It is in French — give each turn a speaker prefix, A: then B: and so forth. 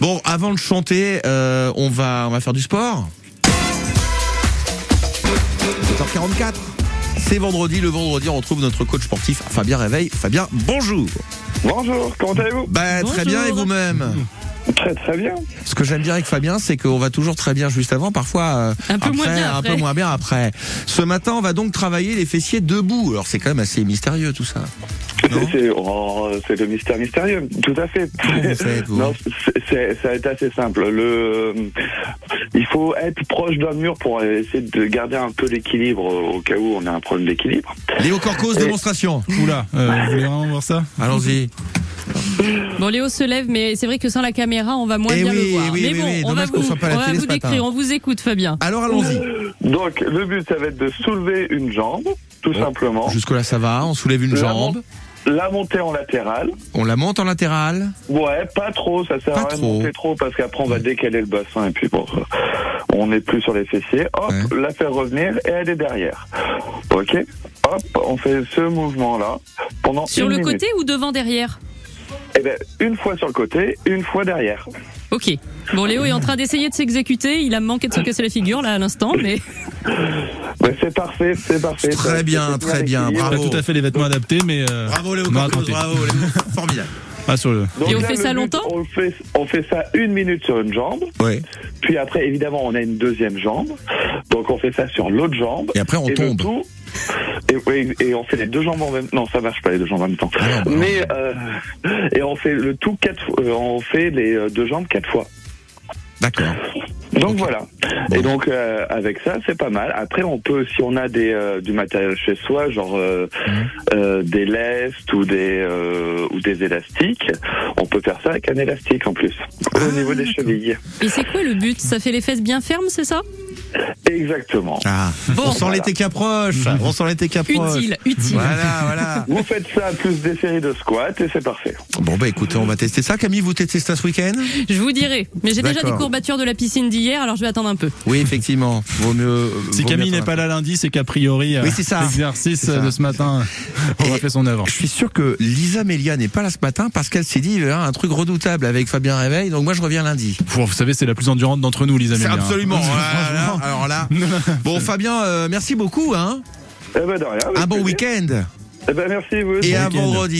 A: Bon, avant de chanter, euh, on va on va faire du sport. 7h44. C'est vendredi, le vendredi on retrouve notre coach sportif Fabien Réveil. Fabien, bonjour.
B: Bonjour, comment allez-vous
A: Bah très
C: Bonjour.
A: bien et vous-même.
B: Très très bien.
A: Ce que j'aime bien avec Fabien, c'est qu'on va toujours très bien juste avant, parfois euh,
C: Un peu moins bien
A: un
C: après.
A: peu moins bien après. Ce matin, on va donc travailler les fessiers debout. Alors c'est quand même assez mystérieux tout ça. Non.
B: C'est- C'est oh, c'est le mystère mystérieux, tout à fait.
A: Comment vous faites, vous
B: Non, c'est- c'est- ça va être assez simple. Le, euh, il faut être proche d'un mur pour essayer de garder un peu l'équilibre au cas où on a un problème d'équilibre.
A: Léo Corcos, démonstration.
D: Oula, euh, vous voulez vraiment voir ça
A: Allons-y.
C: Bon, Léo se lève, mais c'est vrai que sans la caméra, on va moins
A: Eh
C: bien
A: oui,
C: le voir.
A: oui,
C: mais
A: oui,
C: bon,
A: oui,
C: on va
A: dommage qu'on
C: vous,
A: soit pas à la
C: on va
A: télé
C: vous
A: ce matin.
C: décrire, on vous écoute,
B: Ah,
C: Fabien.
A: Alors allons-y.
B: Donc le but, ça va être de soulever une jambe, tout simplement.
A: Jusque-là, ça va. On soulève une
D: Euh,
B: La
A: jambe.
B: La monter en latéral.
A: On la monte en latérale.
B: Ouais, pas trop, ça sert
A: Pas
B: à rien de
A: trop.
B: monter trop parce qu'après on va décaler le bassin et puis bon, euh, on n'est plus sur les fessiers. Hop,
A: Ouais.
B: la faire revenir et elle est derrière. Ok Hop, on fait ce mouvement-là pendant
C: Sur
B: une
C: le
B: minute.
C: côté ou devant, derrière
B: Eh ben, une fois sur le côté, une fois derrière.
C: Ok. Bon, Léo est en train d'essayer de s'exécuter. Il a manqué de se casser la figure, là, à l'instant, mais
B: Ouais, Ben, c'est parfait, c'est parfait.
A: Très
B: Ça,
A: bien,
B: c'est
A: très bien,
B: équilibré.
D: Pas
A: Bravo.
D: tout à fait les vêtements adaptés, mais euh,
A: Bravo Léo
D: on va
A: Corcos,
D: tenter.
A: bravo. Léo. Formidable.
D: Pas sur le.
B: Donc
C: Et on
B: là,
C: fait
B: le
C: ça
B: but,
C: longtemps
B: on fait, on fait ça une minute sur une jambe,
A: Ouais.
B: puis après évidemment on a une deuxième jambe, donc on fait ça sur l'autre jambe.
A: Et après, on
B: et le
A: tombe.
B: tout- et, oui, et on fait les deux jambes en même temps. Non, ça marche pas les deux jambes en même temps.
A: Ah non, bah
B: Mais euh, et on fait le tout quatre. fois- euh, on fait les euh, deux jambes quatre fois.
A: D'accord.
B: Donc
A: Ok.
B: voilà.
A: Bon.
B: Et donc euh, avec ça, c'est pas mal. Après, on peut, si on a des euh, du matériel chez soi, genre euh,
A: Mhm.
B: euh, des lestes ou des euh, ou des élastiques, on peut faire ça avec un élastique en plus
A: Ah,
B: au niveau des chevilles.
C: Et c'est quoi le but Ça fait les fesses bien fermes, c'est ça
A: Oh,
B: Exactement.
A: Ah. Mhm. on sent
B: Voilà.
A: l'été qui approche. On sent l'été qui approche.
C: Utile, utile.
A: Voilà, voilà.
B: Vous faites ça plus des séries de squats et c'est parfait.
A: Bon bah écoutez, on va tester ça. Camille, vous testez ça ce week-end
C: Je vous dirai. Mais j'ai déjà des
A: D'accord.
C: courbatures de la piscine d'hier, alors je vais attendre un peu.
A: Oui, effectivement. Vaut mieux. euh,
D: Si
A: vaut
D: Camille
A: mieux
D: n'est pas là lundi, c'est qu'a priori, euh,
A: Oui, c'est ça.
D: l'exercice
A: C'est ça.
D: euh, de ce matin euh, aura
A: Et-
D: fait son œuvre.
A: Je suis sûr que Lisa Melia n'est pas là ce matin parce qu'elle s'est dit hein, un truc redoutable avec Fabien Réveil. Donc moi je reviens lundi.
D: Pff, vous savez, c'est la plus endurante d'entre nous, les amis.
A: C'est
D: hein.
A: absolument. voilà, là,
D: Franchement.
A: alors là. Bon Fabien, euh, merci beaucoup. Hein.
B: Eh ben, de rien, avec
A: Un bon
B: plaisir.
A: week-end
B: Eh ben,
A: et
B: merci vous.
D: Bon
A: à
D: week-end.
A: vendredi.